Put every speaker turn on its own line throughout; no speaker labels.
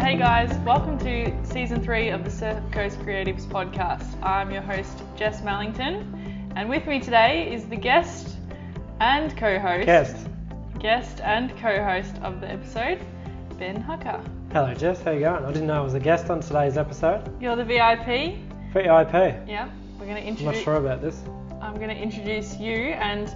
Hey guys, welcome to season three of the Surf Coast Creatives podcast. I'm your host Jess Mallington, and with me today is the guest and co-host,
Guest.
guest and co-host of the episode, Ben Hucker.
Hello, Jess. How you going? I didn't know I was a guest on today's episode.
You're the VIP.
VIP. I'm
Yep. We're gonna
not
introduce.
sure about this.
I'm gonna introduce you and t-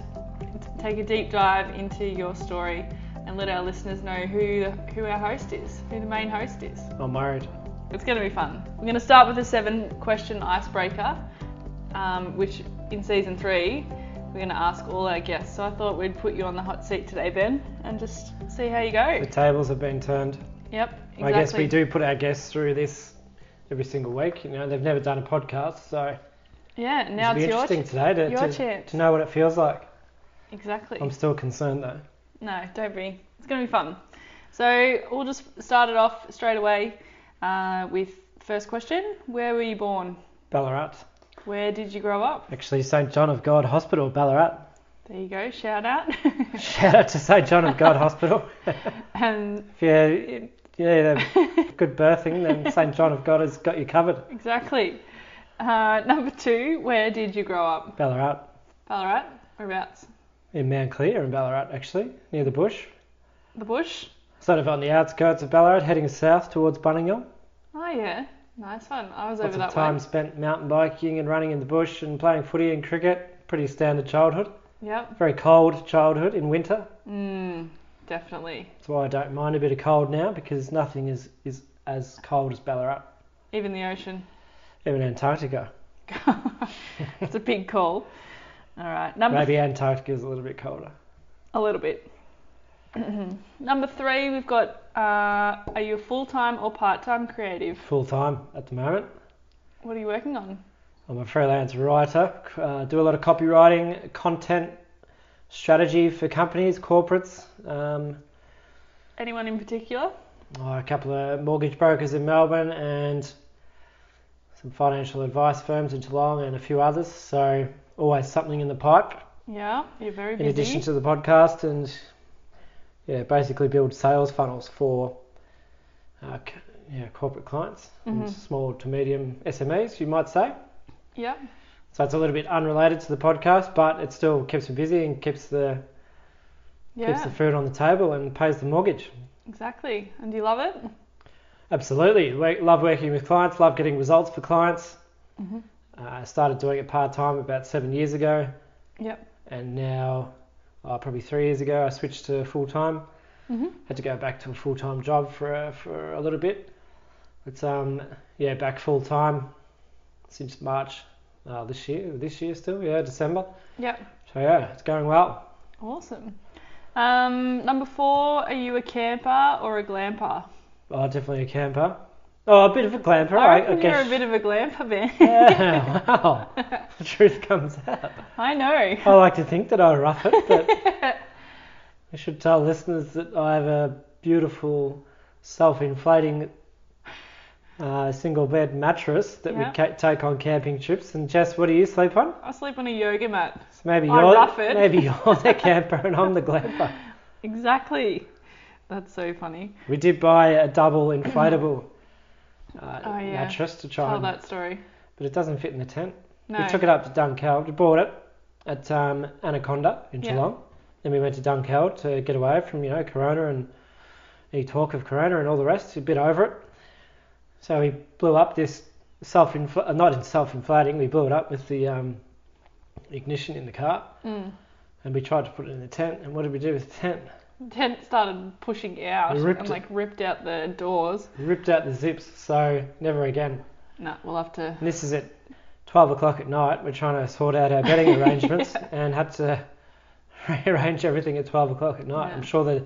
take a deep dive into your story and let our listeners know who who our host is, who the main host is.
I'm worried.
It's going to be fun. We're going to start with a seven question icebreaker, um, which in season three, we're going to ask all our guests. So I thought we'd put you on the hot seat today, Ben, and just see how you go.
The tables have been turned.
Yep, exactly.
I guess we do put our guests through this every single week. You know, they've never done a podcast, so
Yeah, now
it'll
it's
be
your
interesting today to,
your
to,
chance.
to know what it feels like.
Exactly.
I'm still concerned though.
No, don't be. It's going to be fun. So we'll just start it off straight away uh, with first question. Where were you born?
Ballarat.
Where did you grow up?
Actually, St John of God Hospital, Ballarat.
There you go. Shout out.
Shout out to St John of God Hospital.
and
If you you need a good birthing, then St John of God has got you covered.
exactly. Uh, number two, where did you grow up?
Ballarat.
Ballarat, whereabouts?
In Mount Clear in Ballarat, actually, near the bush.
The bush?
Sort of on the outskirts of Ballarat, heading south towards Bunningham.
Oh yeah, nice one. I was
Lots
over that
of time
way.
spent mountain biking and running in the bush and playing footy and cricket. Pretty standard childhood.
Yep.
Very cold childhood in winter.
Mm, definitely.
That's why I don't mind a bit of cold now because nothing is, is as cold as Ballarat,
Even the ocean.
even Antarctica.
It's a big call. All right, number
Maybe Antarctica is a little bit colder.
a little bit. number three, we've got. Uh, are you a full-time or part-time creative?
Full time at the moment.
What are you working on?
I'm a freelance writer. Uh, do a lot of copywriting, content strategy for companies, corporates. Um,
Anyone in particular?
Oh, a couple of mortgage brokers in Melbourne and some financial advice firms in Geelong and a few others. So always something in the pipe
Yeah, you're very busy.
in addition to the podcast and yeah, basically build sales funnels for uh, c- yeah, corporate clients
Mhm.
and small to medium SMEs, you might say.
yeah,
So it's a little bit unrelated to the podcast, but it still keeps me busy and keeps the keeps
yeah,
the food on the table and pays the mortgage.
exactly. And do you love it?
Absolutely. We- Love working with clients, love getting results for clients.
Mhm.
Uh, I started doing it part time about seven years ago.
Yep.
And now, oh, probably three years ago, I switched to full time.
hmm
Had to go back to a full time job for, a for a little bit. It's, um, yeah, back full time since March uh, this year, this year still, yeah, December.
Yep.
So, yeah, it's going well.
Awesome. Um, number four, are you a camper or a glamper?
Oh, definitely a camper. Oh, a bit of a glamper,
I
I, I
reckon you're
guess.
a bit of a glamper, Ben.
yeah, wow. The truth comes out.
I know.
I like to think that I rough it, but I should tell listeners that I have a beautiful self-inflating uh, single bed mattress that
Yeah.
we ca- take on camping trips. And Jess, what do you sleep on?
I sleep on a yoga mat.
So maybe
I
you're
rough it.
maybe you're the camper and I'm the glamper.
Exactly. That's so funny.
We did buy a double inflatable uh,
Oh, yeah.
mattress to try,
Tell
and,
that story.
but it doesn't fit in the tent.
No.
We took it up to Dunkeld. We bought it at um, Anaconda in
Yeah.
Geelong. Then we went to Dunkeld to get away from, you know, Corona and any talk of Corona and all the rest. A bit over it. So we blew up this self uh, not in self-inflating. We blew it up with the um, ignition in the car,
Mm.
and we tried to put it in the tent. And what did we do with the tent?
The Tent started pushing out
You ripped
and
it.
like ripped out the doors.
We ripped out the zips. So never again.
No, we'll have to.
And this is at 12 o'clock at night. We're trying to sort out our bedding arrangements and had to rearrange everything at 12 o'clock at night.
Yeah.
I'm sure that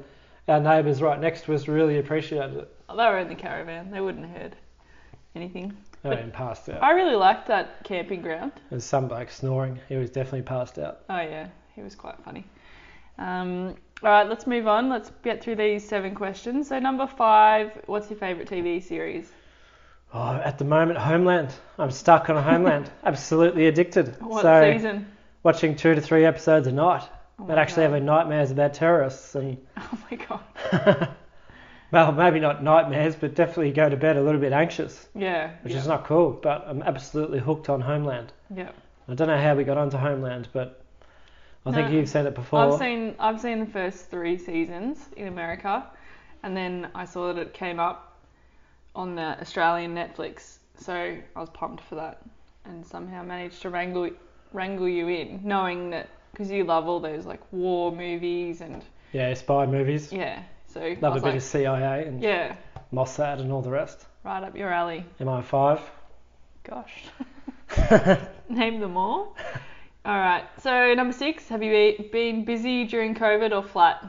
our neighbours right next to us really appreciated it.
Oh, they were in the caravan. They wouldn't have heard anything.
They were passed out.
I really liked that camping ground.
There was some bloke snoring. He was definitely passed out.
Oh yeah, he was quite funny. Um, all right, let's move on. Let's get through these seven questions. So number five, what's your favourite TV series?
Oh, at the moment, Homeland. I'm stuck on Homeland. Absolutely addicted.
What
so
season?
watching two to three episodes a night.
Oh my
but actually
God.
having nightmares about terrorists and
Oh my god.
well, maybe not nightmares, but definitely go to bed a little bit anxious,
Yeah.
which
yeah.
is not cool. But I'm absolutely hooked on Homeland.
Yeah.
I don't know how we got onto Homeland, but I think
No,
you've seen it before.
I've seen I've seen the first three seasons in America, and then I saw that it came up on the Australian Netflix, so I was pumped for that, and somehow managed to wrangle wrangle you in, knowing that because you love all those like war movies and
Yeah, spy movies.
yeah, so I
Love a
was
bit
like,
of CIA and
yeah,
Mossad and all the rest.
right up your alley.
MI5.
Gosh, name them all. All right, so number six, have you be- been busy during COVID or flat?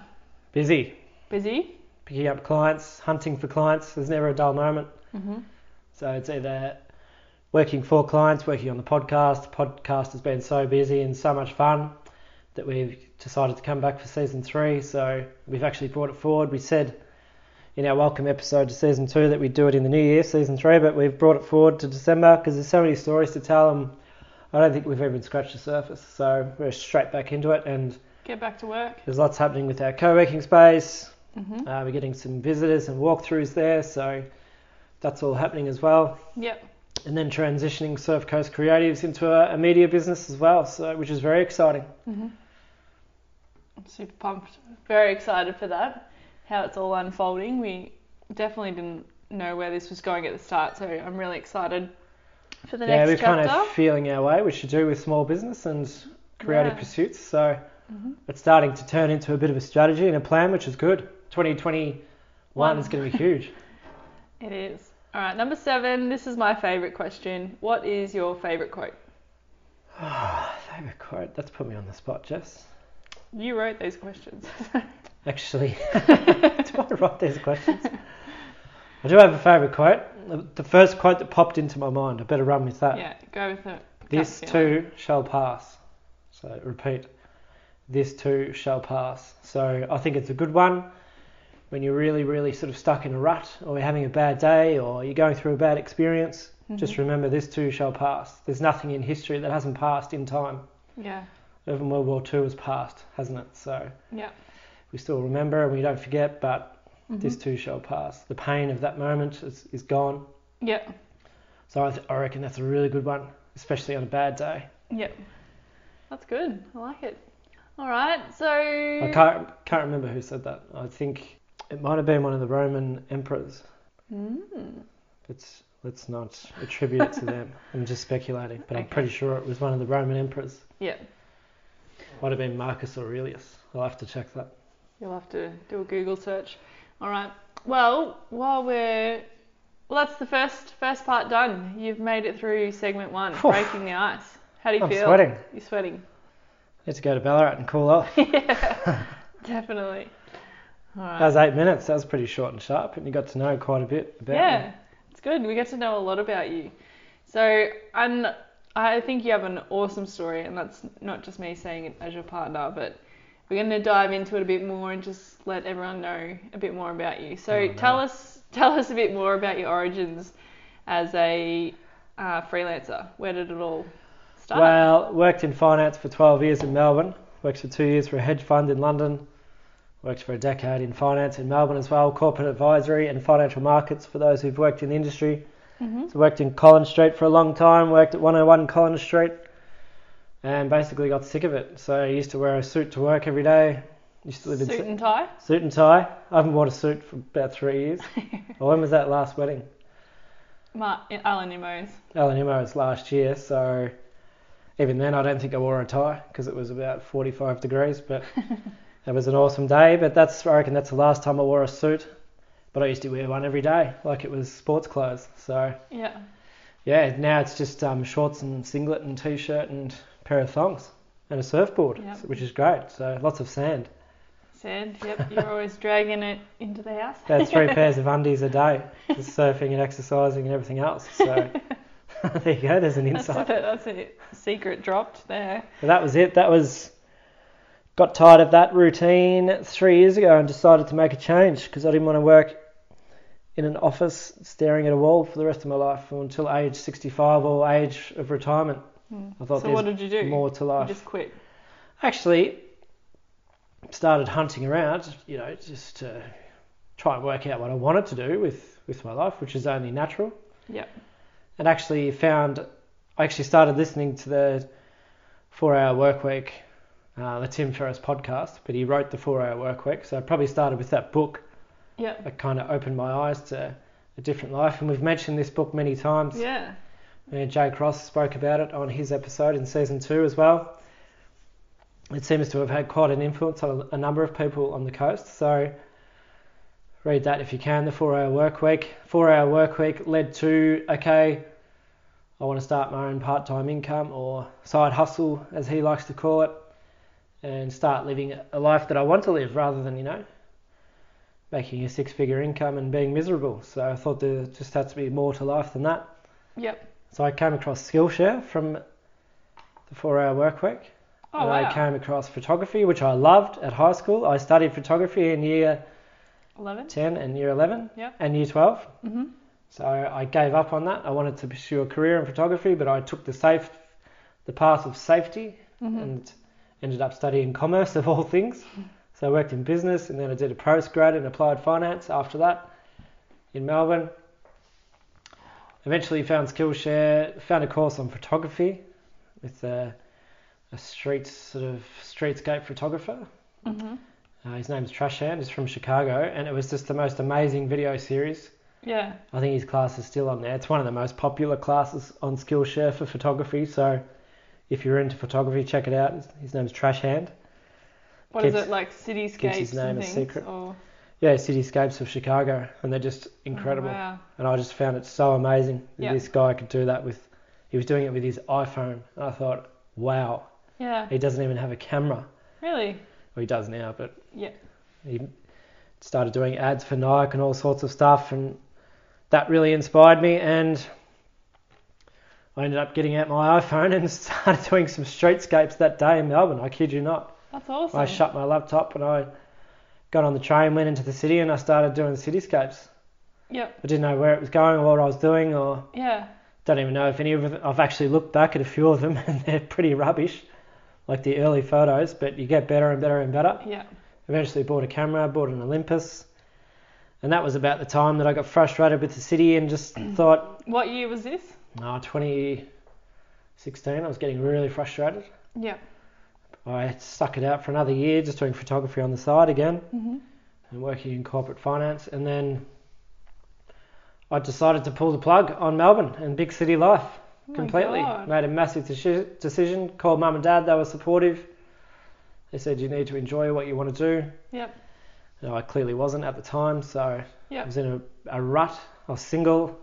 Busy.
Busy.
Picking up clients, hunting for clients. There's never a dull moment.
Mm-hmm.
So it's either working for clients, working on the podcast. podcast has been so busy and so much fun that we've decided to come back for season three. So we've actually brought it forward. We said in our welcome episode to season two that we'd do it in the new year, season three, but we've brought it forward to December because there's so many stories to tell and I don't think we've even scratched the surface. So we're straight back into it and
Get back to work.
there's lots happening with our co-working space.
Mm-hmm.
Uh, we're getting some visitors and walkthroughs there, so that's all happening as well
Yep.
and then transitioning Surf Coast Creatives into a, a media business as well, so which is very exciting.
hmm I'm super pumped. Very excited for that. How it's all unfolding. We definitely didn't know where this was going at the start, so I'm really excited for the
yeah, we're
next chapter.
kind of feeling our way, which you do with small business and creative
Yeah.
pursuits. So
Mhm.
it's starting to turn into a bit of a strategy and a plan, which is good. 2021
One.
is going to be huge.
It is. All right, number seven. This is my favorite question. What is your favorite quote?
Favorite quote? That's put me on the spot, Jess.
You wrote those questions.
Actually, that's why I write these questions. I do have a favourite quote. The first quote that popped into my mind. I better run with that.
yeah, go with it.
This
Gut feeling.
too shall pass. So repeat, this too shall pass. So I think it's a good one when you're really, really sort of stuck in a rut or you're having a bad day or you're going through a bad experience.
Mm-hmm.
Just remember, this too shall pass. There's nothing in history that hasn't passed in time.
Yeah.
Even World War II has passed, hasn't it? So
Yeah.
we still remember and we don't forget, but this
Mhm.
too shall pass. The pain of that moment is, is gone.
Yep.
So I, th- I reckon that's a really good one, especially on a bad day.
Yep. That's good. I like it. All right. So.
I can't can't remember who said that. I think it might have been one of the Roman emperors.
Mm.
It's let's not attribute it to them. I'm just speculating, but I'm
Okay.
pretty sure it was one of the Roman emperors.
Yeah.
Might have been Marcus Aurelius. I'll have to check that.
You'll have to do a Google search. All right. Well, while we're well, that's the first first part done. You've made it through segment one,
Phew.
breaking the ice. How do you
I'm
feel?
sweating.
You're sweating.
Need to go to Ballarat and cool off.
Definitely. All right.
That was eight minutes. That was pretty short and sharp, and you got to know quite a bit about.
yeah,
me.
it's good. We get to know a lot about you. So, and I think you have an awesome story, and that's not just me saying it as your partner, but we're going to dive into it a bit more and just let everyone know a bit more about you. So,
Oh, no.
tell us tell us a bit more about your origins as a uh, freelancer. Where did it all start?
Well, worked in finance for 12 years in Melbourne. Worked for two years for a hedge fund in London. Worked for a decade in finance in Melbourne as well, corporate advisory and financial markets for those who've worked in the industry.
Mhm.
So worked in Collins Street for a long time, worked at 101 Collins Street, and basically got sick of it. So I used to wear a suit to work every day. Used to live in
Suit
suit,
and tie.
suit and tie. I haven't worn a suit for about three years. well, when was that last wedding?
Mar- Alan Emos.
Alan Emo's last year, so even then I don't think I wore a tie because it was about 45 degrees, but it was an awesome day. But that's I reckon that's the last time I wore a suit. But I used to wear one every day, like it was sports clothes. So
Yeah.
yeah, now it's just um, shorts and singlet and t-shirt and pair of thongs and a surfboard,
Yep.
which is great. So lots of sand.
Said, yep, you're always dragging it into the house.
About three pairs of undies a day, just surfing and exercising and everything else. So there you go. There's an
That's,
insight.
a, that's a secret dropped there.
But that was it. That was got tired of that routine three years ago and decided to make a change because I didn't want to work in an office staring at a wall for the rest of my life until age 65 or age of retirement.
Mm.
I thought
so what did you do?
there's more to
you
life.
just quit.
Actually, started hunting around, you know, just to try and work out what I wanted to do with, with my life, which is only natural.
Yep.
And actually found, I actually started listening to the Four Hour Workweek, uh, the Tim Ferriss podcast, but he wrote the Four Hour Workweek, so I probably started with that book
Yep.
that kind of opened my eyes to a different life. And we've mentioned this book many times.
Yeah.
Uh, Jay Cross spoke about it on his episode in season two as well. It seems to have had quite an influence on a number of people on the coast. So read that if you can. The Four Hour Work Week. Four Hour Work Week led to okay, I want to start my own part-time income or side hustle, as he likes to call it, and start living a life that I want to live rather than you know making a six-figure income and being miserable. So I thought there just had to be more to life than that.
Yep.
So I came across Skillshare from the four hour work week.
Oh
and
wow.
I came across photography, which I loved at high school. I studied photography in year
Eleven.
10 and year 11
Yep.
and year 12.
Mhm.
So I gave up on that. I wanted to pursue a career in photography, but I took the safe, the path of safety
Mhm.
and ended up studying commerce of all things. So I worked in business and then I did a postgrad in applied finance after that in Melbourne. Eventually found Skillshare, found a course on photography with a, a street sort of streetscape photographer.
Mhm.
Uh, his name's Trashan. He's from Chicago, and it was just the most amazing video series.
Yeah.
I think his class is still on there. It's one of the most popular classes on Skillshare for photography. So if you're into photography, check it out. His, his name's Trashhand.
What is
Kids-
it like? Cityscapes
name
and
a
things. Oh,
secret.
Or,
Yeah, Cityscapes of Chicago, and they're just incredible.
wow.
And I just found it so amazing that
Yeah.
this guy could do that with. He was doing it with his iPhone, and I thought, wow,
Yeah.
he doesn't even have a camera.
Really.
Well, he does now, but
Yeah.
he started doing ads for Nike and all sorts of stuff, and that really inspired me. And I ended up getting out my iPhone and started doing some streetscapes that day in Melbourne. I kid you not.
That's awesome.
I shut my laptop and I got on the train, went into the city, and I started doing cityscapes.
Yep.
I didn't know where it was going or what I was doing, or
Yeah.
don't even know if any of them. I've actually looked back at a few of them, and they're pretty rubbish, like the early photos. But you get better and better and better.
Yeah.
Eventually bought a camera, bought an Olympus, and that was about the time that I got frustrated with the city and just thought,
What year was this?
no, 2016, I was getting really frustrated.
Yep.
I stuck it out for another year, just doing photography on the side again
Mhm.
and working in corporate finance. And then I decided to pull the plug on Melbourne and big city life
Oh my
completely.
God.
Made a massive deci- decision, called mum and dad, they were supportive. They said, you need to enjoy what you want to do.
Yep.
No, I clearly wasn't at the time, so
Yeah.
I was in a, a rut. I was single,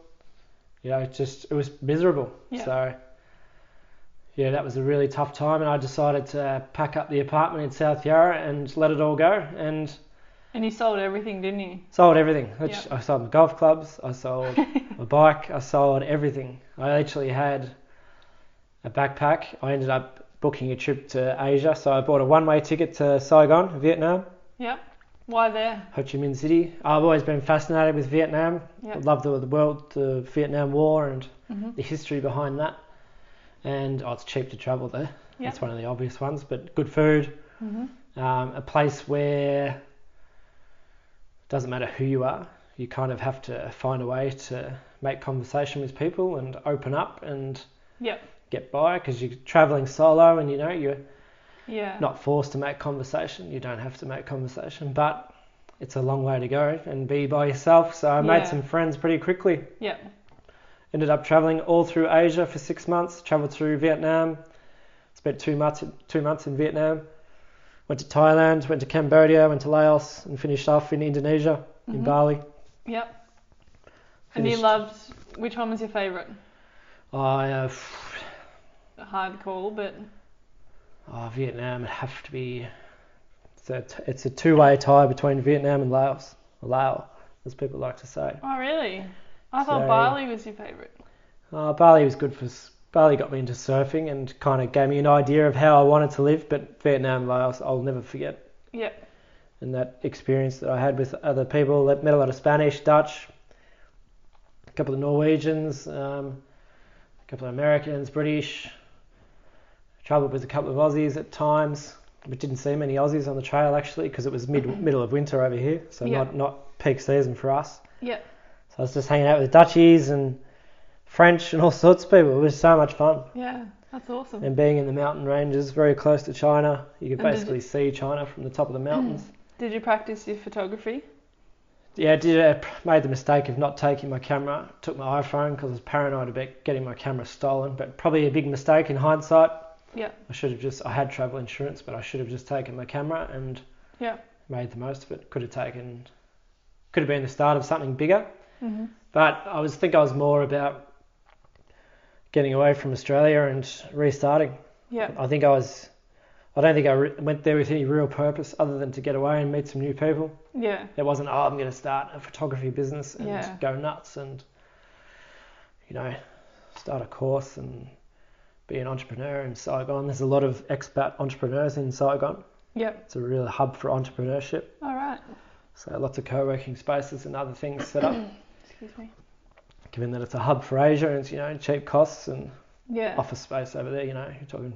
you know, it just it was miserable.
Yeah.
So yeah, that was a really tough time, and I decided to pack up the apartment in South Yarra and let it all go, and
And you sold everything, didn't you?
sold everything. I,
Yeah.
j- I sold my golf clubs, I sold my bike, I sold everything. I actually had a backpack. I ended up booking a trip to Asia, so I bought a one-way ticket to Saigon, Vietnam.
Yep. Why there?
Ho Chi Minh City. I've always been fascinated with Vietnam. I
Yep.
love the, the world, the Vietnam War, and
Mhm.
the history behind that. And oh, it's cheap to travel there.
Yeah.
That's one of the obvious ones, but good food.
Mhm.
Um, a place where it doesn't matter who you are, you kind of have to find a way to make conversation with people and open up and
Yep.
get by because you're traveling solo and you know you're
Yeah.
not forced to make conversation. You don't have to make conversation, but it's a long way to go and be by yourself. So I
Yeah.
made some friends pretty quickly.
Yep.
Ended up traveling all through Asia for six months. Traveled through Vietnam. Spent two months two months in Vietnam. Went to Thailand. Went to Cambodia. Went to Laos and finished off in Indonesia in
Mhm.
Bali.
Yep. And you
Finished.
loved which one was your favourite?
I uh,
A Hard call, but
oh, Vietnam would have to be. It's a, it's a two-way tie between Vietnam and Laos. Or Lao, as people like to say.
oh really? I thought
So-
Bali was your favourite.
Uh, Bali was good for s- Bali got me into surfing and kind of gave me an idea of how I wanted to live. But Vietnam, Laos, I'll never forget.
Yep.
And that experience that I had with other people, that met a lot of Spanish, Dutch, a couple of Norwegians, um, a couple of Americans, British. Traveled with a couple of Aussies at times. We didn't see many Aussies on the trail actually because it was mid middle of winter over here, so
Yeah.
not not peak season for us.
Yeah.
So I was just hanging out with the Dutchies and French and all sorts of people. It was so much fun.
Yeah. That's awesome.
And being in the mountain ranges, very close to China, you could
And did
basically see China from the top of the mountains.
Did you practice your photography?
Yeah, I did I made the mistake of not taking my camera. Took my iPhone because I was paranoid about getting my camera stolen. But probably a big mistake in hindsight.
Yeah.
I should have just. I had travel insurance, but I should have just taken my camera and
Yeah.
made the most of it. Could have taken. Could have been the start of something bigger.
hmm
But I was think I was more about getting away from Australia and restarting.
Yeah.
I think I was. I don't think I re- went there with any real purpose other than to get away and meet some new people.
Yeah.
It wasn't, oh, I'm going to start a photography business and
Yeah.
go nuts and, you know, start a course and be an entrepreneur in Saigon. There's a lot of expat entrepreneurs in Saigon.
Yep.
It's a real hub for entrepreneurship.
All right.
So lots of co-working spaces and other things set up.
Excuse me.
Given that it's a hub for Asia and it's, you know, cheap costs and
Yeah.
office space over there, you know, you're talking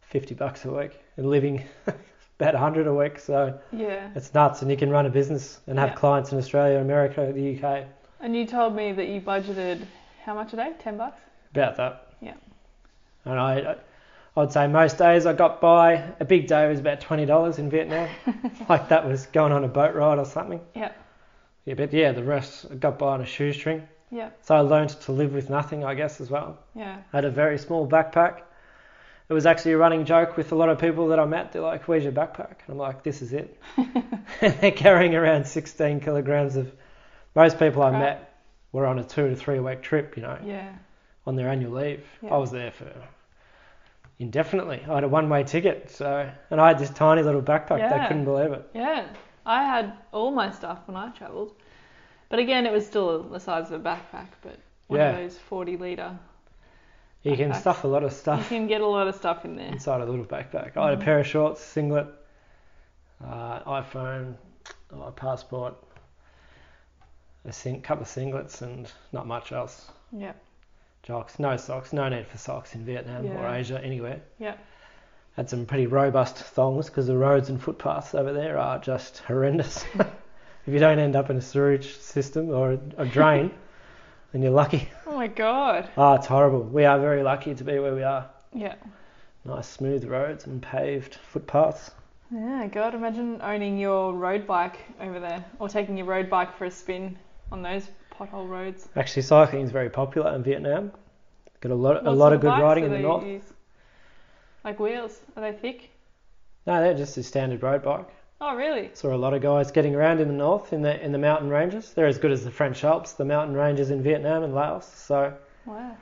50 bucks a week and living about 100 a week. So
Yeah.
it's nuts and you can run a business and have
Yeah.
clients in Australia, America, the UK.
And you told me that you budgeted how much a day? Ten bucks.
about that.
Yeah.
And I, I would say most days I got by. A big day was about twenty dollars in Vietnam, like that was going on a boat ride or something.
Yeah.
Yeah, but yeah, the rest I got by on a shoestring.
Yeah.
So I learned to live with nothing, I guess, as well.
Yeah.
I had a very small backpack. It was actually a running joke with a lot of people that I met. They're like, "Where's your backpack?" And I'm like, "This is it." and they're carrying around 16 kilograms of. Most people I
Crap.
met were on a two to three week trip, you know
Yeah.
on their annual leave.
Yeah.
I was there for indefinitely. I had a one-way ticket, so and I had this tiny little backpack.
Yeah.
They couldn't believe it.
Yeah. I had all my stuff when I travelled, but again, it was still the size of a backpack, but one of
Yeah.
those 40 litre.
You can
Backpacks.
stuff a lot
You
of
Mm-hmm.
stuff
can get a lot of stuff in there.
inside a little backpack. I had a pair of shorts, singlet, uh, iPhone, my passport, a sing- couple of singlets, and not much else.
Yeah.
Jocks, no socks, no need for socks in Vietnam or
Yeah.
Asia anywhere.
Yeah.
Had some pretty robust thongs because the roads and footpaths over there are just horrendous. if you don't end up in a sewage system or a, a drain, then you're lucky.
Oh my god.
Ah, it's horrible. We are very lucky to be where we are.
Yeah.
Nice smooth roads and paved footpaths.
Yeah, God, imagine owning your road bike over there or taking your road bike for a spin on those pothole roads.
Actually, cycling is very popular in Vietnam. Got a lot, a
What
lot
sort
of good
bikes
riding
do
in the
they
north.
use? Like wheels? Are they thick?
No, they're just a standard road bike.
Oh, really?
Saw a lot of guys getting around in the north, in the in the mountain ranges. They're as good as the French Alps, the mountain ranges in Vietnam and Laos. So
Wow.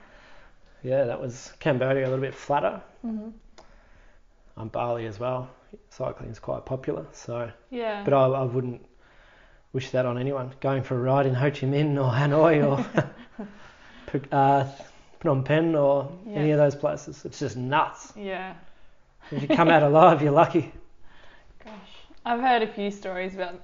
yeah, that was Cambodia a little bit flatter.
hmm
On Bali as well, cycling's quite popular. So,
Yeah.
but I, I wouldn't wish that on anyone. Going for a ride in Ho Chi Minh or Hanoi or Phu- uh, Phnom Penh or any
Yeah.
of those places, it's just nuts.
yeah.
If you come out alive, you're lucky.
Gosh. I've heard a few stories about,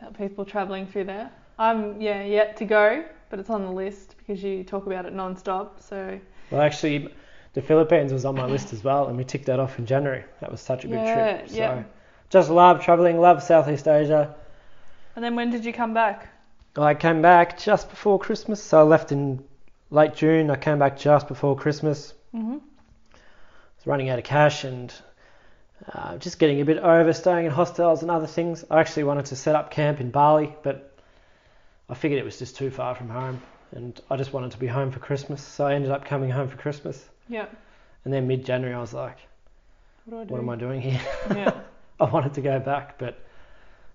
about people travelling through there. I'm, yeah, yet to go, but it's on the list because you talk about it non stop. So,
Well, actually, the Philippines was on my list as well, and we ticked that off in January. That was such a good
Yeah,
trip. So,
yeah.
just love traveling, love Southeast Asia.
and then when did you come back?
I came back just before Christmas, so I left in late June. I came back just before Christmas.
Mm-hmm.
I was running out of cash and uh, just getting a bit over staying in hostels and other things. I actually wanted to set up camp in Bali, but I figured it was just too far from home, and I just wanted to be home for Christmas. So I ended up coming home for Christmas,
Yeah.
and then mid-January I was like,
What do
"What am I
I
doing here?"
do? yeah.
I wanted to go back, but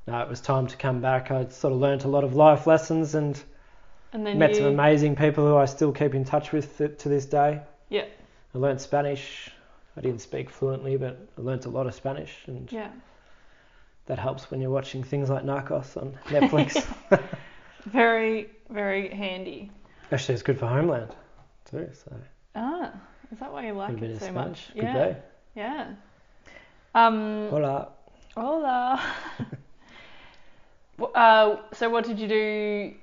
no, it was time to come back. I'd sort of learnt a lot of life lessons and
And then
met
you.
some amazing people who I still keep in touch with th- to this day.
Yeah.
I learnt Spanish. I didn't speak fluently, but I learnt a lot of Spanish, and
yeah.
that helps when you're watching things like Narcos on Netflix.
Very, very handy.
Actually, it's good for Homeland too, so
Ah, is that why you
a
like
bit
it
of
so
Spanish.
much?
Good
yeah.
day.
Yeah. Um,
Hola.
hola. W- uh, so what did you do?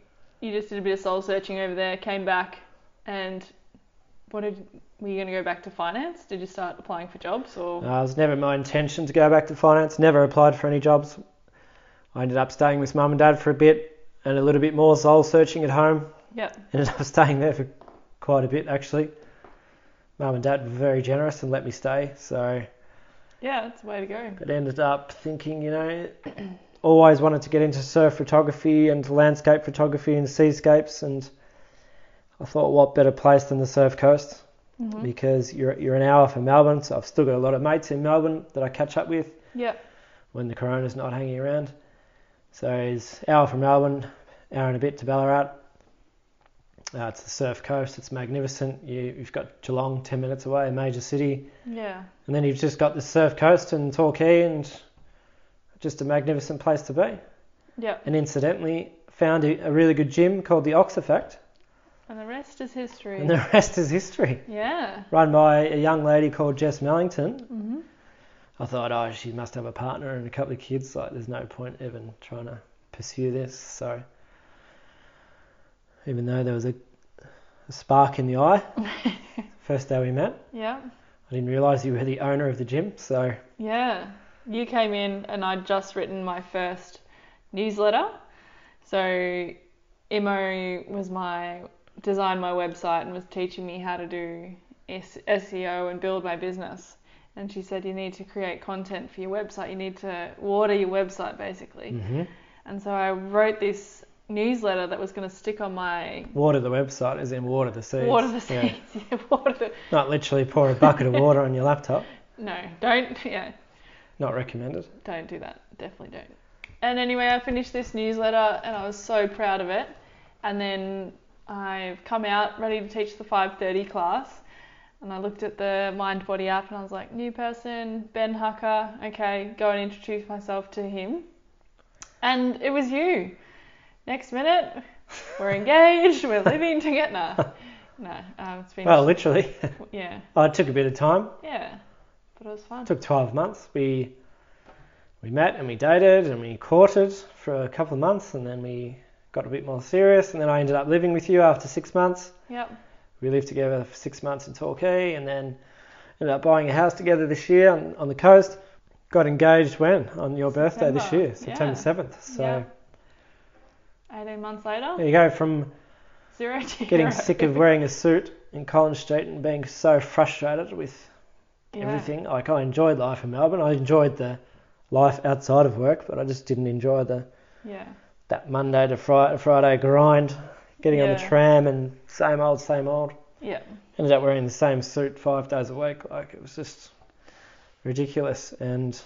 You just did a bit of soul searching over there, came back, and what did were you going to go back to finance? Did you start applying for jobs or?
Uh, it was never my intention to go back to finance. Never applied for any jobs. I ended up staying with mum and dad for a bit and a little bit more soul searching at home.
Yep.
Ended up staying there for quite a bit actually. Mum and dad were very generous and let me stay. So,
Yeah, that's the way to go.
but ended up thinking, you know, always wanted to get into surf photography and landscape photography and seascapes. And I thought, what better place than the surf coast?
hmm
because you're, you're an hour from Melbourne, so I've still got a lot of mates in Melbourne that I catch up with
Yep.
when the corona's not hanging around. So it's hour from Melbourne, hour and a bit to Ballarat. Uh, it's the surf coast, it's magnificent. You, you've got Geelong 10 minutes away, a major city.
Yeah.
And then you've just got the surf coast and Torquay and just a magnificent place to be.
Yep.
And incidentally, found a a really good gym called the Ox Effect,
And the rest is history.
and the rest is history.
Yeah.
Run by a young lady called Jess Mellington,
hmm
I thought, oh, she must have a partner and a couple of kids. Like, there's no point even trying to pursue this. So, even though there was a, a spark in the eye, first day we met,
Yep.
I didn't realise you were the owner of the gym. So,
Yeah. You came in and I'd just written my first newsletter. So Imo was my designed my website and was teaching me how to do S- SEO and build my business. And she said you need to create content for your website. You need to water your website basically.
mm-hmm.
And so I wrote this newsletter that was going to stick on my
water the website is in water the seeds.
water the
Yeah.
seeds. Yeah, water the
Not literally pour a bucket of water on your laptop.
No, don't. Yeah,
Not recommended.
don't do that. Definitely don't. And anyway, I finished this newsletter and I was so proud of it. And then I've come out ready to teach the 5:30 class. And I looked at the Mind Body app and I was like, new person, Ben Hucker. Okay, go and introduce myself to him. And it was you. Next minute, we're engaged. We're living together. No, um, it's been
Well, literally,
yeah,
oh, it took a bit of time.
yeah, but it was fun.
It took 12 months. We we met and we dated and we courted for a couple of months and then we got a bit more serious and then I ended up living with you after six months.
Yep.
We lived together for six months in Torquay and then ended up buying a house together this year on, on the coast. Got engaged when? On your birthday this
September,
year, September
yeah.
7th. So
Yeah. 18 months later,
there you go from
zero to
getting
hero.
sick of wearing a suit in Collins Street and being so frustrated with
Yeah.
everything. Like I enjoyed life in Melbourne. I enjoyed the life outside of work, but I just didn't enjoy the
Yeah.
that Monday to Friday, Friday grind, getting on the
Yeah.
tram and same old, same old.
Yeah.
Ended up wearing the same suit five days a week. Like it was just ridiculous. And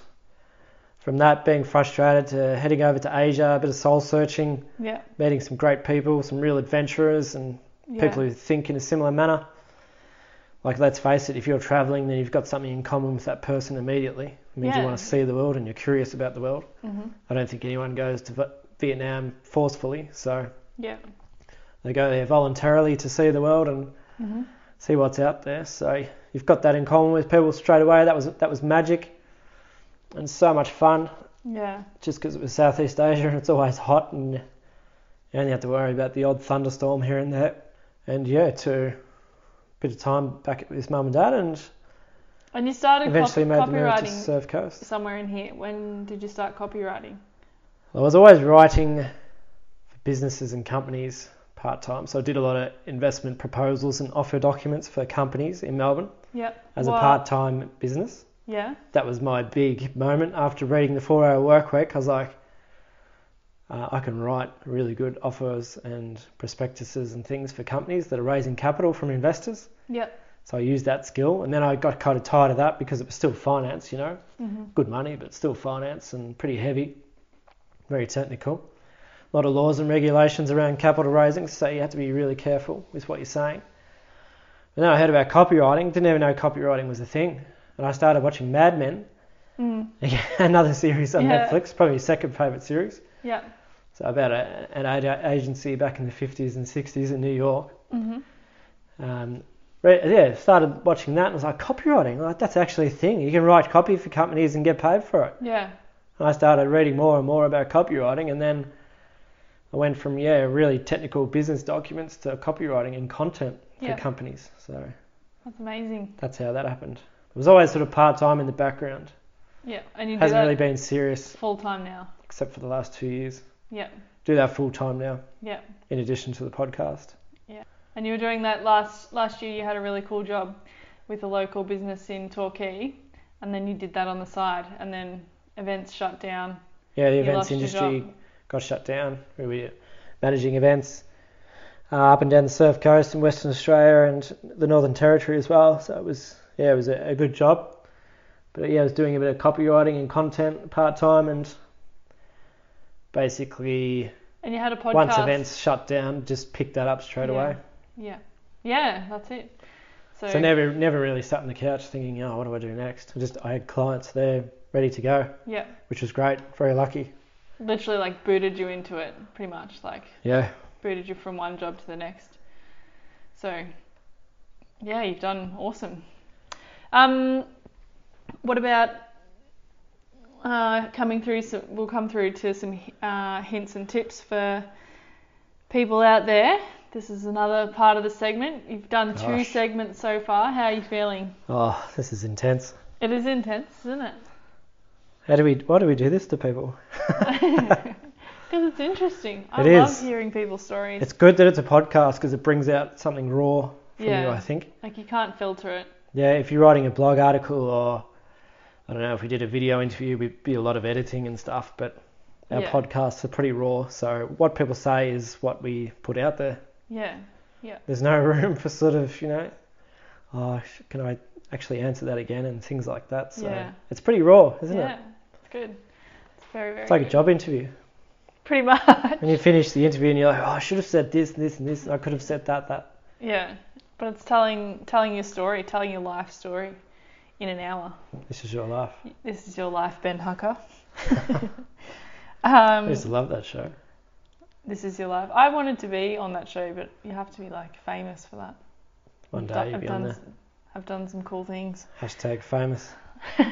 from that being frustrated to heading over to Asia, a bit of soul searching,
Yeah.
meeting some great people, some real adventurers, and
Yeah.
people who think in a similar manner. Like, let's face it, if you're traveling, then you've got something in common with that person immediately. It means you
Yeah.
want to see the world and you're curious about the world.
hmm
I don't think anyone goes to Vi- Vietnam forcefully, so
Yeah.
they go there voluntarily to see the world and
hmm
see what's out there. So you've got that in common with people straight away. That was that was magic and so much fun.
Yeah.
Just because it was Southeast Asia and it's always hot and you only have to worry about the odd thunderstorm here and there. And yeah, to a bit of time back with mum and dad and
And you started cop-
eventually made the move to
copywriting
Surf Coast.
somewhere in here. When did you start copywriting?
I was always writing for businesses and companies part time, so I did a lot of investment proposals and offer documents for companies in Melbourne
Yep.
as
Wow.
a part time business.
Yeah.
That was my big moment after reading the four hour work week. I was like, uh, I can write really good offers and prospectuses and things for companies that are raising capital from investors.
Yep.
So I used that skill, and then I got kind of tired of that because it was still finance, you know
hmm
good money, but still finance and pretty heavy, very technical. A lot of laws and regulations around capital raising, so you have to be really careful with what you're saying. But then I heard about copywriting, didn't even know copywriting was a thing. And I started watching Mad Men,
Mm.
another series on
Yeah.
Netflix, probably second favourite series.
Yep.
So about a, an ad agency back in the 50s and 60s in New York.
hmm
Um, re- yeah, started watching that and was like, copywriting, like that's actually a thing. You can write copy for companies and get paid for it.
Yeah.
I started reading more and more about copywriting, and then I went from yeah, really technical business documents to copywriting and content for
Yep.
companies. So
That's amazing.
That's how that happened. It was always sort of part time in the background.
Yeah, and you do
Hasn't
that
really been serious
full time now.
except for the last two years.
Yeah,
Do that full time now.
Yeah.
In addition to the podcast.
and you were doing that last last year. You had a really cool job with a local business in Torquay, and then you did that on the side, and then events shut down.
Yeah, the
You
events
lost your
industry
job.
got shut down. We were managing events uh, up and down the surf coast in Western Australia and the Northern Territory as well. So it was yeah, it was a, a good job. But yeah, I was doing a bit of copywriting and content part time and basically
And you had a podcast.
once events shut down, just picked that up straight
Yeah.
away.
Yeah, yeah, that's it. So,
So never never really sat on the couch thinking, oh, what do I do next? I just I had clients there ready to go,
yeah,
which was great. Very lucky.
literally like booted you into it, pretty much like
Yeah.
booted you from one job to the next. So, yeah, you've done awesome. Um, what about uh, coming through? Some, we'll come through to some uh, hints and tips for people out there. This is another part of the segment. You've done two
Gosh.
segments so far. How are you feeling?
Oh, this is intense.
It is intense, isn't it?
How do we? Why do we do this to people?
Because it's interesting. I
It
love
is.
hearing people's stories.
It's good that it's a podcast because it brings out something raw from you.
Yeah.
I think.
like you can't filter it.
Yeah, if you're writing a blog article or I don't know if we did a video interview, we'd be a lot of editing and stuff. But our
Yeah.
podcasts are pretty raw, so what people say is what we put out there.
Yeah.
There's no room for sort of you know, oh, sh- can I actually answer that again and things like that. So
Yeah.
it's pretty raw, isn't
yeah.
it?
It's good. It's very, very
It's like a
good.
job interview.
Pretty much.
And you finish the interview and you're like, oh, I should have said this, this, and this. And I could have said that, that.
Yeah. But it's telling telling your story, telling your life story in an hour.
This is your life.
This is your life, Ben Hucker. um,
I used to love that show.
this is your life. I wanted to be on that show, but you have to be like famous for that.
One
I've
day
done-
you'll
I've
be on
done
there.
s- I've done some cool things.
Hashtag famous.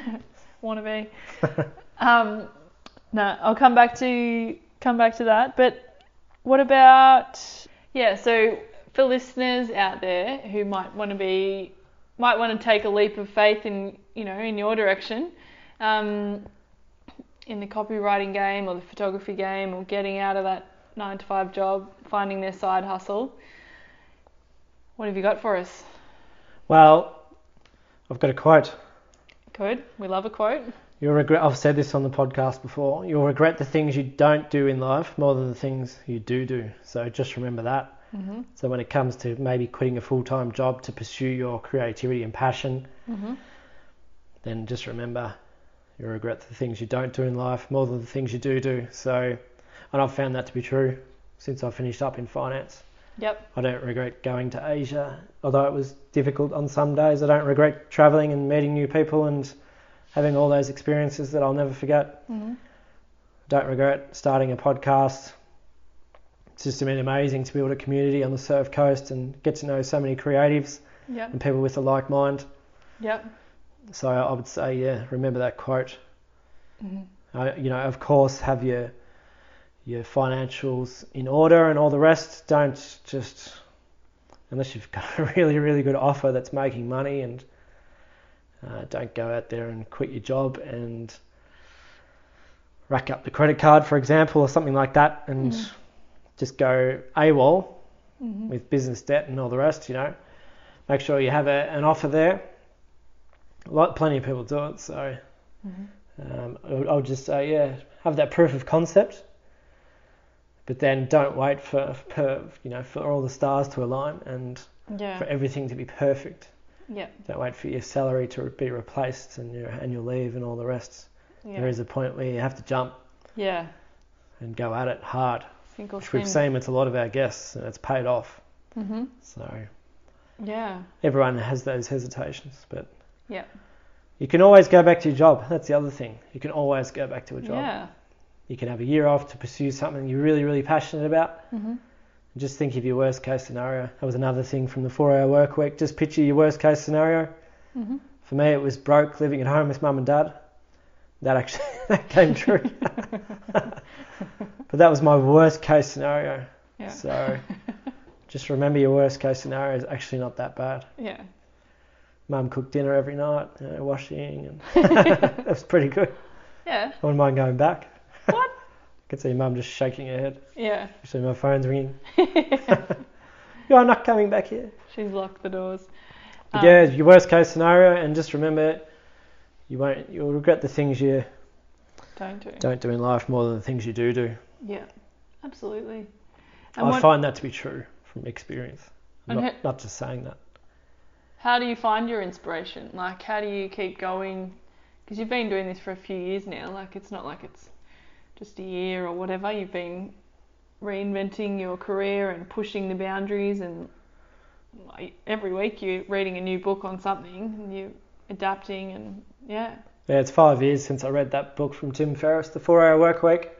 wannabe. um, no, I'll come back to come back to that. But what about yeah? So for listeners out there who might want to be might want to take a leap of faith in you know in your direction, um, in the copywriting game or the photography game or getting out of that nine to five job, finding their side hustle. What have you got for us?
Well, I've got a quote.
Good. We love a quote.
You'll regret. I've said this on the podcast before. You'll regret the things you don't do in life more than the things you do do. So just remember that.
Mm-hmm.
So when it comes to maybe quitting a full-time job to pursue your creativity and passion,
Mm-hmm.
then just remember you'll regret the things you don't do in life more than the things you do do. So, and I've found that to be true since I finished up in finance.
Yep.
I don't regret going to Asia, although it was difficult on some days. I don't regret traveling and meeting new people and having all those experiences that I'll never forget.
Mm-hmm.
Don't regret starting a podcast. It's just been amazing to build a community on the surf coast and get to know so many creatives
Yep.
and people with a like mind.
Yep.
So I would say, yeah, remember that quote.
Mm-hmm.
Uh, you know, of course, have your your financials in order and all the rest. Don't just unless you've got a really really good offer that's making money, and uh, don't go out there and quit your job and rack up the credit card, for example, or something like that, and
Mm.
just go AWOL
Mm-hmm.
with business debt and all the rest. You know, make sure you have a, an offer there. A lot, plenty of people do it, so.
Mm-hmm.
Um, I would- I would just say, yeah, have that proof of concept, but then don't wait for, for you know for all the stars to align and
Yeah.
for everything to be perfect.
yeah.
Don't wait for your salary to be replaced and your annual leave and all the rest.
Yeah.
There is a point where you have to jump
yeah.
and go at it hard,
Single
which we've seen with a lot of our guests, and it's paid off.
Mm-hmm.
So
Yeah.
everyone has those hesitations, but
Yeah.
you can always go back to your job. That's the other thing. You can always go back to a job.
Yeah.
You can have a year off to pursue something you're really, really passionate about.
Mm-hmm.
Just think of your worst case scenario. That was another thing from the four hour work week. Just picture your worst case scenario.
Mm-hmm.
For me, it was broke, living at home with mum and dad. That actually that came true. but that was my worst case scenario.
Yeah.
So just remember your worst case scenario is actually not that bad.
Yeah.
Mum cooked dinner every night, you know, washing, and it was pretty good.
Yeah.
I wouldn't mind going back.
What?
I could see Mum just shaking her head.
Yeah.
See my phone's ringing. You're not coming back here.
She's locked the doors.
But
Um,
yeah, your worst case scenario, and just remember, you won't. You'll regret the things you
Don't do.
don't do in life more than the things you do do.
Yeah. Absolutely. And
I
what,
find that to be true from experience. I'm
And
not, not just saying that.
how do you find your inspiration? Like, how do you keep going? Because you've been doing this for a few years now. Like, it's not like it's just a year or whatever. You've been reinventing your career and pushing the boundaries. And like, every week you're reading a new book on something and you're adapting. And yeah.
Yeah, it's five years since I read that book from Tim Ferriss, The Four Hour Work Week.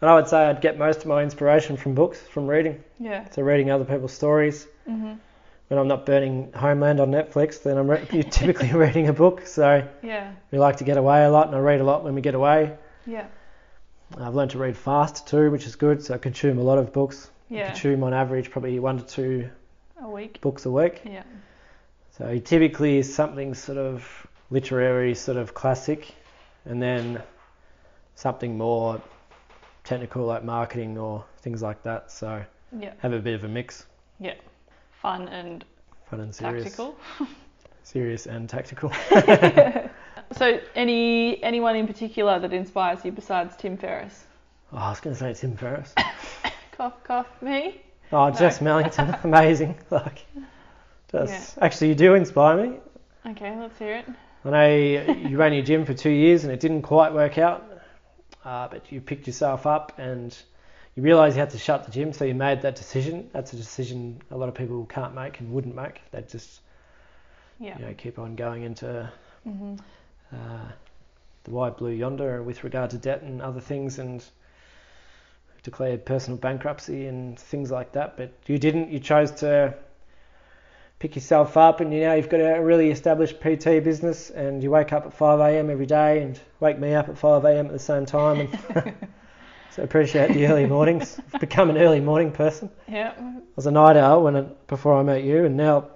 And I would say I'd get most of my inspiration from books, from reading.
Yeah.
So reading other people's stories.
hmm
When I'm not burning Homeland on Netflix, then I'm re- typically reading a book. So
Yeah.
we like to get away a lot, and I read a lot when we get away.
Yeah.
I've learned to read fast too, which is good. So I consume a lot of books. I
Yeah.
consume on average probably one to two
A week.
books a week.
Yeah.
So typically something sort of literary, sort of classic, and then something more technical like marketing or things like that. So
Yeah.
have a bit of a mix,
Fun and
fun and serious,
tactical.
serious and tactical.
So, any anyone in particular that inspires you besides Tim Ferriss?
Oh, I was going to say Tim Ferriss.
Cough, cough, me.
Oh, Jess Mellington, amazing. Like, just actually, you do inspire me.
Okay, let's hear it.
I know you ran your gym for two years and it didn't quite work out, uh, but you picked yourself up and you realised you had to shut the gym, so you made that decision. That's a decision a lot of people can't make and wouldn't make. They just
Yeah.
you know keep on going into
hmm
uh, the wide blue yonder with regard to debt and other things and declared personal bankruptcy and things like that. But you didn't. You chose to pick yourself up, and you know you've got a really established PT business, and you wake up at 5 a.m. every day, and wake me up at 5 a.m. at the same time. And so I appreciate the early mornings. I've become an early morning person.
Yeah.
I was a night owl when I, before I met you, and now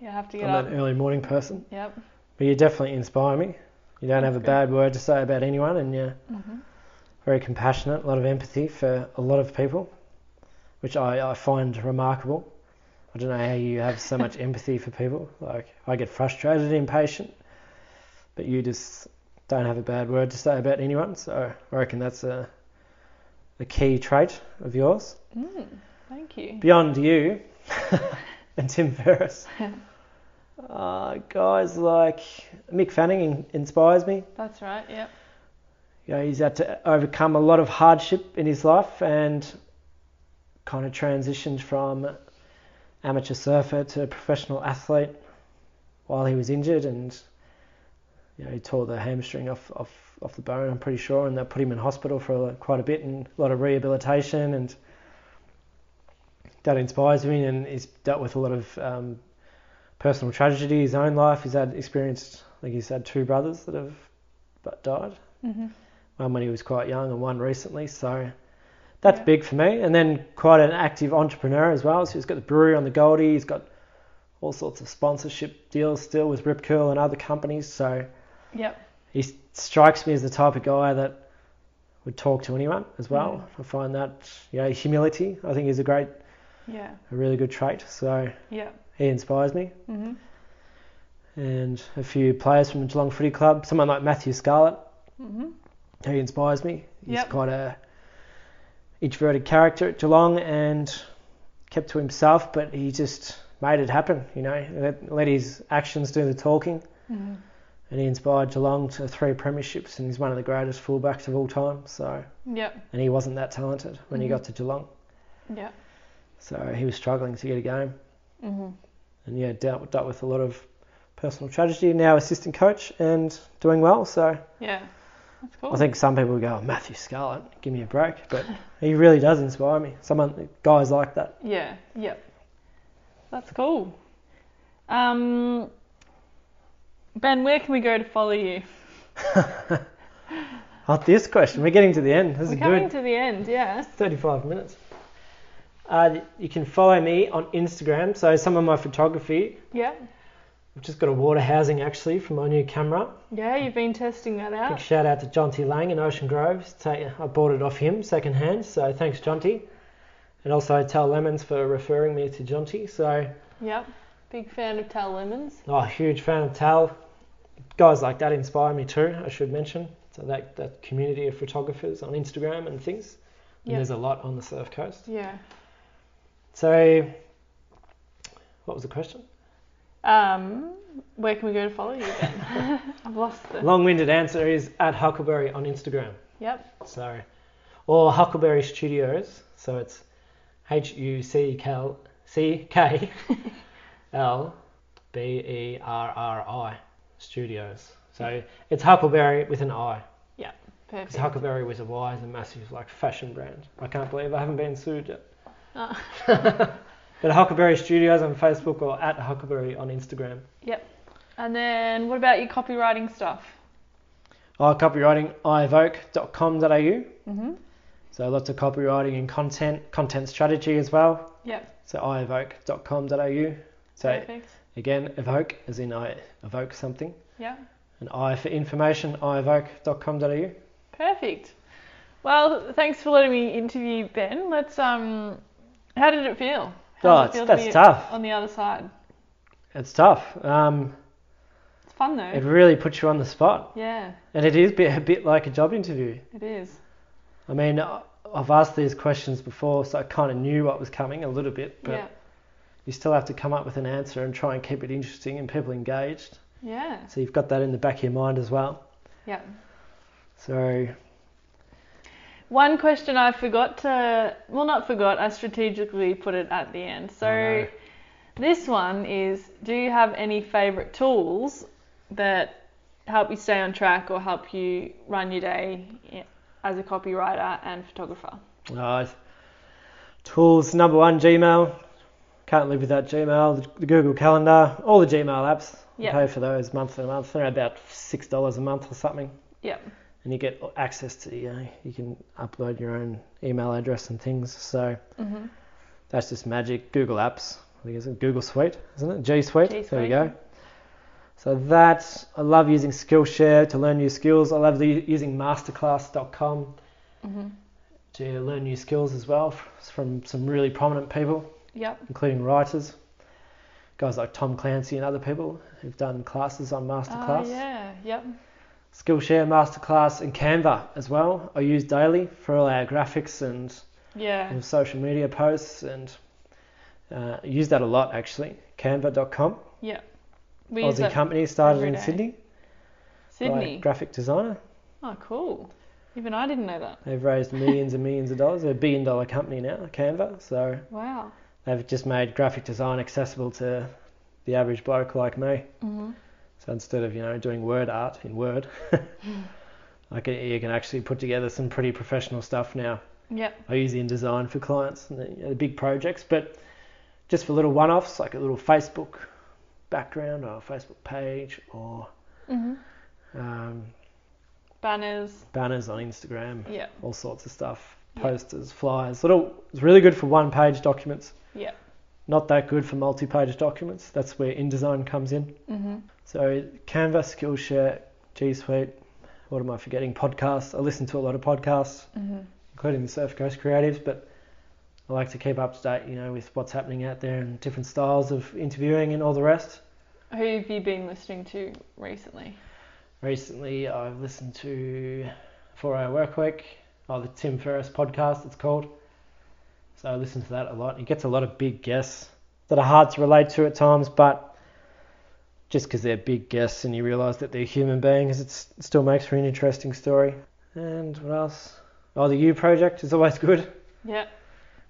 You have to get
I'm
up.
an early morning person.
Yep.
But you definitely inspire me. You don't have a
Good.
bad word to say about anyone, and you're
hmm
very compassionate, a lot of empathy for a lot of people, which I, I find remarkable. I don't know how you have so much empathy for people. Like, I get frustrated and impatient, but you just don't have a bad word to say about anyone. So I reckon that's a, a key trait of yours.
Mm, thank you.
Beyond you and Tim Ferriss, uh, guys like Mick Fanning in- inspires me.
That's right. Yep.
you know, he's had to overcome a lot of hardship in his life and kind of transitioned from amateur surfer to professional athlete while he was injured and you know, he tore the hamstring off, off, off the bone, I'm pretty sure, and they put him in hospital for a- quite a bit and a lot of rehabilitation and that inspires me and he's dealt with a lot of um, personal tragedy, his own life. He's had experienced, I think he's had two brothers that have but died
hmm
one when he was quite young and one recently. So that's
Yeah.
big for me. And then quite an active entrepreneur as well. So he's got the brewery on the Goldie. He's got all sorts of sponsorship deals still with Rip Curl and other companies. So
Yep.
he s- strikes me as the type of guy that would talk to anyone as well. I find that, you know, humility, I think is a great,
Yeah.
a really good trait. So
Yep.
he inspires me.
hmm
And a few players from the Geelong Footy Club, someone like Matthew Scarlett,
hmm
he inspires me. He's
Yep.
quite a introverted character at Geelong and kept to himself, but he just made it happen. You know, let, let his actions do the talking,
hmm
and he inspired Geelong to three premierships, and he's one of the greatest fullbacks of all time. So,
Yep.
and he wasn't that talented when he
Mhm.
got to Geelong,
Yep.
so he was struggling to get a game,
hmm
and yeah, dealt, dealt with a lot of personal tragedy. Now assistant coach and doing well, so.
Yeah. That's cool.
I think some people go, oh, Matthew Scarlett, give me a break. But he really does inspire me. Someone, guys like that.
Yeah, yep. That's cool. Um, ben, where can we go to follow you?
Oh, this question, we're getting to the end. This
We're
is
coming
good.
to the end, yeah.
35 minutes. Uh, you can follow me on Instagram. So some of my photography
Yeah.
I've just got a water housing actually for my new camera.
Yeah, you've been testing that
Big
out.
shout out to Jonty Lang in Ocean Groves. Ta- I bought it off him secondhand, so thanks Jonty. And also Tell Lemons for referring me to Jonty. So,
Yep. Big fan of Tal Lemons.
oh, huge fan of Tal. Guys like that inspire me too. I should mention. So that that community of photographers on Instagram and things. And
Yep.
there's a lot on the surf coast.
Yeah.
So, what was the question?
Um, where can we go to follow you then? I've lost the.
Long-winded answer is at Huckleberry on Instagram.
Yep.
So, or Huckleberry Studios. So it's H U C K L C K L B E R R I Studios. So it's Huckleberry with an I. Because
Perfect.
Huckleberry was a Y is a massive like fashion brand. I can't believe I haven't been sued yet.
Ah.
but Huckleberry Studios on Facebook or at Huckleberry on Instagram.
And then what about your copywriting stuff?
Oh, copywriting ievoke.com.au.
Mm-hmm.
So lots of copywriting and content, content strategy as well.
Yep.
So ievoke.com.au. So
Perfect.
again, evoke as in I evoke something.
Yep.
And I for information, ievoke.com.au.
Perfect. Well, thanks for letting me interview Ben. Let's um, how did it feel?
Oh,
How does
it's,
it feel to
that's
be
tough.
On the other side,
It's tough. Um,
it's fun though.
it really puts you on the spot.
yeah,
And it is bit, a bit like a job interview.
it is.
I mean, I- I've asked these questions before, so I kind of knew what was coming a little bit, but
yeah,
you still have to come up with an answer and try and keep it interesting and people engaged.
yeah,
So you've got that in the back of your mind as well.
yeah.
So
One question I forgot to, well, not forgot. I strategically put it at the end. So
I know.
this one is: Do you have any favorite tools that help you stay on track or help you run your day i- as a copywriter and photographer?
Uh, tools number one, Gmail. Can't live without Gmail. The, the Google Calendar, all the Gmail apps. You
Yep.
pay for those month to month. They're about six dollars a month or something.
Yep.
And you get access to you know you can upload your own email address and things. So
Mm-hmm.
that's just magic. Google Apps. I think it's a Google Suite, isn't it? G Suite.
G
There
Suite.
you go. So that I love using Skillshare to learn new skills. I love the, using Masterclass.com
Mm-hmm.
to learn new skills as well f- from some really prominent people,
Yep.
including writers, guys like Tom Clancy and other people who've done classes on Masterclass,
Oh, yeah, yep.
Skillshare Masterclass, and Canva as well. I use daily for all our graphics and,
Yeah.
and social media posts, and uh, I use that a lot actually. Canva.com,
We use
Aussie
that
company started
every
in
day.
Sydney by a
Sydney.
graphic designer.
Oh, cool. Even I didn't know that.
They've raised millions and millions of dollars. They're a billion dollar company now, Canva. So
Wow.
They've just made graphic design accessible to the average bloke like me.
hmm
So instead of you know doing word art in Word,
Hmm.
I can, you can actually put together some pretty professional stuff now.
Yep.
I use InDesign for clients and the, you know, the big projects, but just for little one-offs like a little Facebook background or Facebook page or
hmm
um,
Banners.
banners on Instagram,
Yep.
all sorts of stuff,
Yeah.
posters, flyers. Little, it's really good for one-page documents.
Yeah.
Not that good for multi-page documents. That's where InDesign comes in.
hmm
So Canva, Skillshare, G Suite. What am I forgetting? Podcasts. I listen to a lot of podcasts,
hmm
including the Surf Coast Creatives, but I like to keep up to date, you know, with what's happening out there and different styles of interviewing and all the rest.
Who have you been listening to recently?
Recently, I've listened to Four Hour Workweek, oh, the Tim Ferriss podcast. It's called. So I listen to that a lot. It gets a lot of big guests that are hard to relate to at times, but just because they're big guests and you realise that they're human beings, it's, it still makes for an interesting story. And what else? Oh, the U Project is always good.
Yep.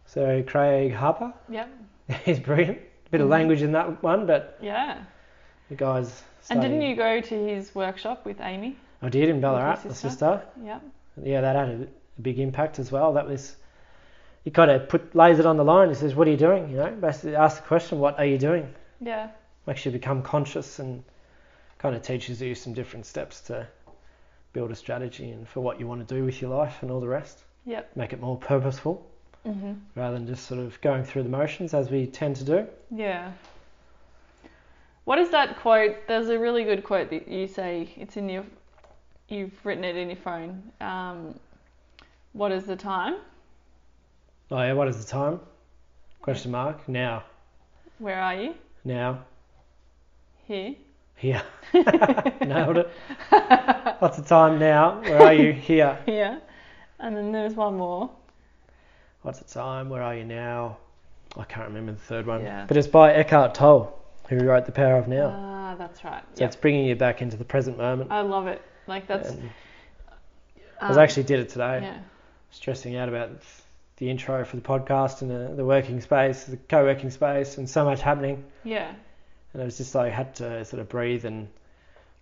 So Craig Harper,
Yep.
he's brilliant. Bit of
Mhm.
language in that one, but
Yeah.
the guys.
And didn't
study-
you go to his workshop with Amy?
I did in
your
Ballarat, my
sister?
sister.
Yep.
yeah, that had a, a big impact as well. That was he kind of put lays it on the line. He says, "What are you doing?" You know, basically ask the question, "What are you doing?"
Yeah.
Makes you become conscious and kind of teaches you some different steps to build a strategy and for what you want to do with your life and all the rest.
Yep.
Make it more purposeful
hmm
rather than just sort of going through the motions as we tend to do.
Yeah. What is that quote? There's a really good quote that you say. It's in your, you've written it in your phone. Um, what is the time?
Oh yeah, what is the time? Question mark. Now.
Where are you?
Now.
Here.
Here. Nailed it. What's the time now? Where are you? Here.
Here. And then there's one more.
What's the time? Where are you now? I can't remember the third one.
Yeah.
But it's by Eckhart Tolle, who wrote The Power of Now.
Ah, that's right.
so it's bringing you back into the present moment.
I love it. Like Oh, that's.
And I
um,
was actually did it today.
Yeah.
stressing out about the intro for the podcast and uh, the, the working space, the co-working space, and so much happening.
Yeah.
And it was just like had to sort of breathe and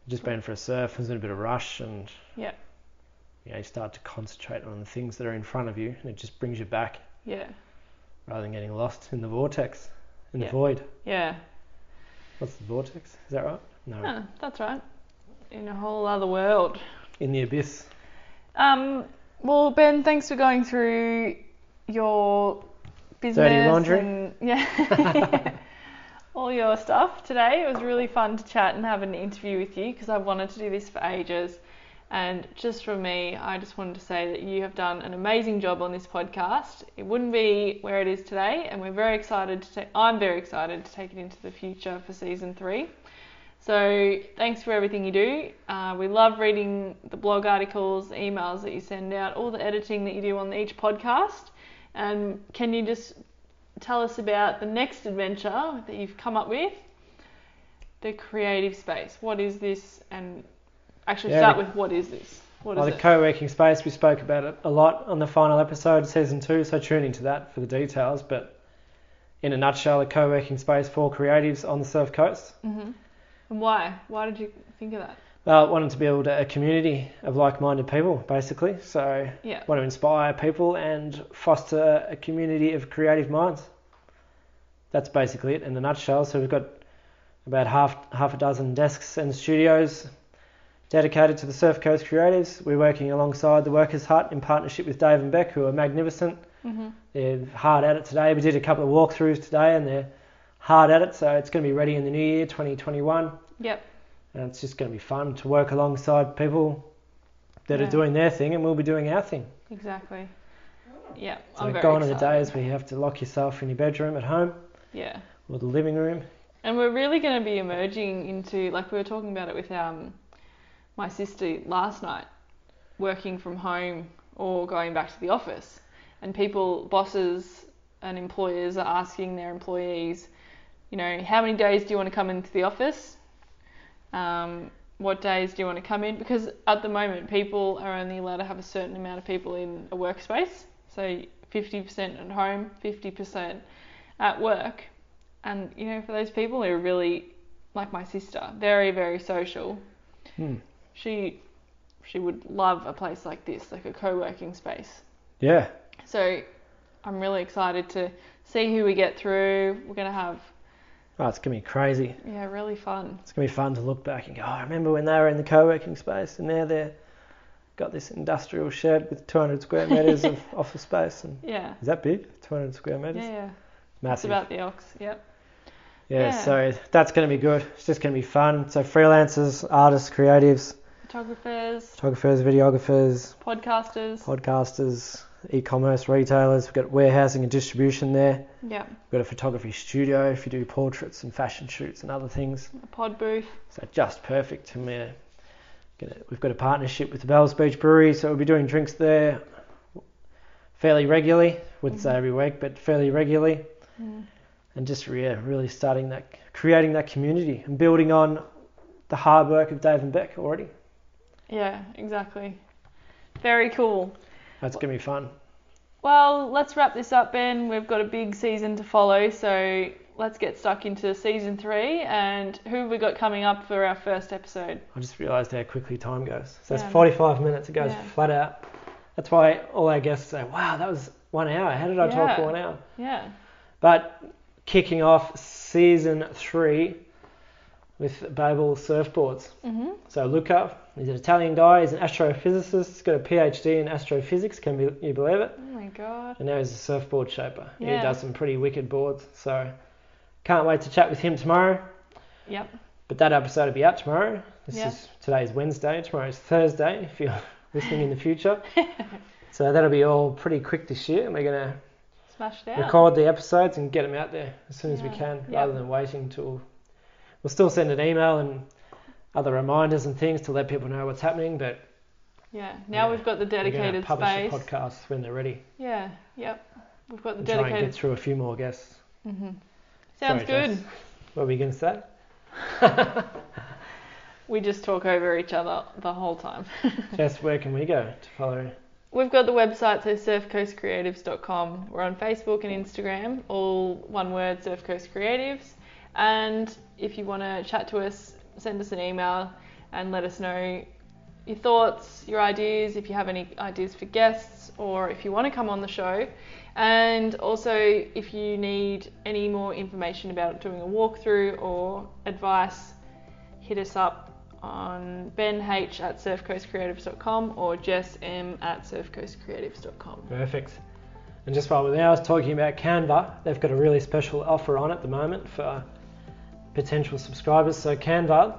just been for a surf. There's been a bit of rush and
Yeah.
you know, you start to concentrate on the things that are in front of you, and it just brings you back
Yeah.
rather than getting lost in the vortex, in
Yeah.
the void.
Yeah.
What's the vortex? Is that right? No,
Ah, that's right. In a whole other world.
in the abyss.
Um, well, Ben, thanks for going through your business.
Dirty laundry.
And, yeah. All your stuff today. It was really fun to chat and have an interview with you because I wanted to do this for ages. And just from me, I just wanted to say that you have done an amazing job on this podcast. It wouldn't be where it is today, and we're very excited to take. I'm very excited to take it into the future for season three. So thanks for everything you do. Uh, we love reading the blog articles, the emails that you send out, all the editing that you do on each podcast. And can you just tell us about the next adventure that you've come up with? The creative space. What is this? And actually,
Yeah,
start
the-
with what is this? What
Well,
is
the
it?
co-working space, we spoke about it a lot on the final episode, season two, so tune into that for the details. But in a nutshell, a co-working space for creatives on the Surf Coast.
hmm And why? Why did you think of that?
Well, wanted to build a community of like-minded people, basically. So
Yeah.
want to inspire people and foster a community of creative minds. That's basically it in a nutshell. So we've got about half half a dozen desks and studios dedicated to the Surf Coast creatives. We're working alongside the Workers Hut in partnership with Dave and Beck, who are magnificent.
hmm
They're hard at it today. We did a couple of walkthroughs today, and they're hard at it. So it's going to be ready in the new year, 2021,
Yep.
and it's just going to be fun to work alongside people that
Yeah.
are doing their thing, and we'll be doing our thing.
Exactly. Yeah.
So
I'm very
gone are the
excited.
days where you have to lock yourself in your bedroom at home
Yeah.
or the living room.
And we're really going to be emerging into, like, we were talking about it with um, my sister last night, working from home or going back to the office. And people, bosses and employers are asking their employees, you know, how many days do you want to come into the office? Um, what days do you want to come in? Because at the moment, people are only allowed to have a certain amount of people in a workspace. So 50% at home, 50% at work. And you know, for those people who are really like my sister, very very social, Hmm. she she would love a place like this, like a co-working space.
Yeah.
So I'm really excited to see who we get through. We're gonna have
Oh, it's going to be crazy.
yeah, really fun.
It's going to be fun to look back and go, oh, I remember when they were in the co working space and now they're got this industrial shed with 200 square metres of office space. And
Yeah.
Is that big? 200 square
Yeah,
metres?
yeah. It's
Massive.
about the ox. Yep.
yeah,
yeah.
so that's going to be good. It's just going to be fun. So, freelancers, artists, creatives,
Photographers,
photographers, videographers,
podcasters.
podcasters, e commerce retailers. We've got warehousing and distribution there.
yeah.
We've got a photography studio if you do portraits and fashion shoots and other things.
A pod booth.
So just perfect. And we're gonna, we've got a partnership with the Bells Beach Brewery, so we'll be doing drinks there fairly regularly. Wouldn't say
Mhm.
every week, but fairly regularly.
Mm.
And just yeah, really starting that, creating that community and building on the hard work of Dave and Beck already.
Yeah, exactly. Very cool.
That's gonna be fun.
Well, let's wrap this up, Ben. We've got a big season to follow, so let's get stuck into season three. And who have we got coming up for our first episode?
I just realised how quickly time goes. So
Yeah.
it's 45 minutes. It goes
Yeah.
flat out. That's why all our guests say, "Wow, that was one hour. How did I talk
Yeah.
for one hour?"
Yeah,
But kicking off season three with Babel surfboards.
hmm
So Luca, he's an Italian guy. He's an astrophysicist. He's got a PhD in astrophysics. Can be, you believe it?
Oh my god.
And now he's a surfboard shaper.
Yeah.
He does some pretty wicked boards. So can't wait to chat with him tomorrow.
Yep.
But that episode will be out tomorrow. This
Yeah.
is today's Wednesday. Tomorrow's Thursday. If you're listening in the future. So that'll be all pretty quick this year, and we're gonna
Smashed out.
record the episodes and get them out there as soon as we
Yeah.
can,
Yeah.
rather than waiting till. We'll still send an email and other reminders and things to let people know what's happening, but
Yeah. Now
Yeah.
we've got the
we're going to
dedicated
publish
space.
the podcasts when they're ready.
Yeah. Yep. We've got the
And try and get
dedicated.
through a few more guests.
hmm Sounds
Sorry,
good.
Jess. What were you going to say?
We just talk over each other the whole time.
Jess, where can we go to follow?
We've got the website, so surfcoastcreatives.com. We're on Facebook and Instagram, all one word, Surf Coast Creatives. And if you want to chat to us, send us an email and let us know your thoughts, your ideas, if you have any ideas for guests, or if you want to come on the show. And also, if you need any more information about doing a walkthrough or advice, hit us up on benh at surfcoastcreatives.com or jessm at surfcoastcreatives.com.
Perfect. And just while we're there, I was talking about Canva. They've got a really special offer on at the moment for potential subscribers. So Canva,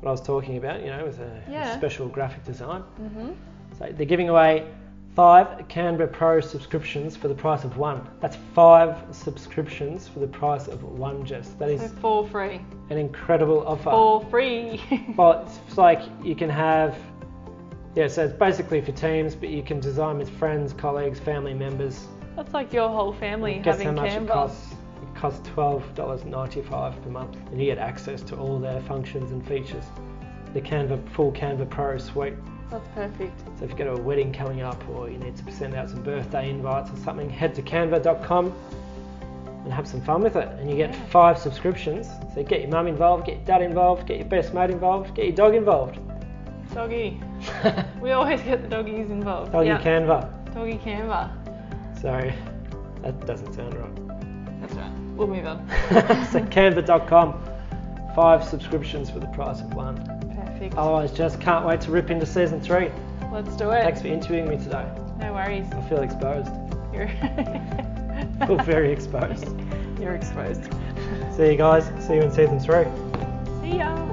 what I was talking about, you know, with a
Yeah.
special graphic design.
Mm-hmm.
So they're giving away five Canva Pro subscriptions for the price of one. That's five subscriptions for the price of one, Jess. That
So
is
for free.
an incredible offer.
For free.
Well, it's- it's like you can have, yeah, so it's basically for teams, but you can design with friends, colleagues, family members.
That's like your whole family
Guess
having
how much
Canva.
it costs? It costs $12.95 per month, and you get access to all their functions and features. The Canva, full Canva Pro suite.
That's perfect.
So if you've got a wedding coming up or you need to send out some birthday invites or something, head to canva.com and have some fun with it. And you get
Yeah.
five subscriptions. So get your mum involved, get your dad involved, get your best mate involved, get your dog involved.
Doggy. We always get the doggies involved.
Doggy
yeah.
Canva.
Doggy Canva.
So that doesn't sound right.
That's right. We'll move on.
so canva.com. Five subscriptions for the price of one.
Perfect.
Otherwise, just can't wait to rip into season three.
Let's do it.
Thanks for interviewing me today.
No worries.
I feel exposed.
You're,
I feel very exposed.
You're exposed.
See you guys. See you in season three.
See ya.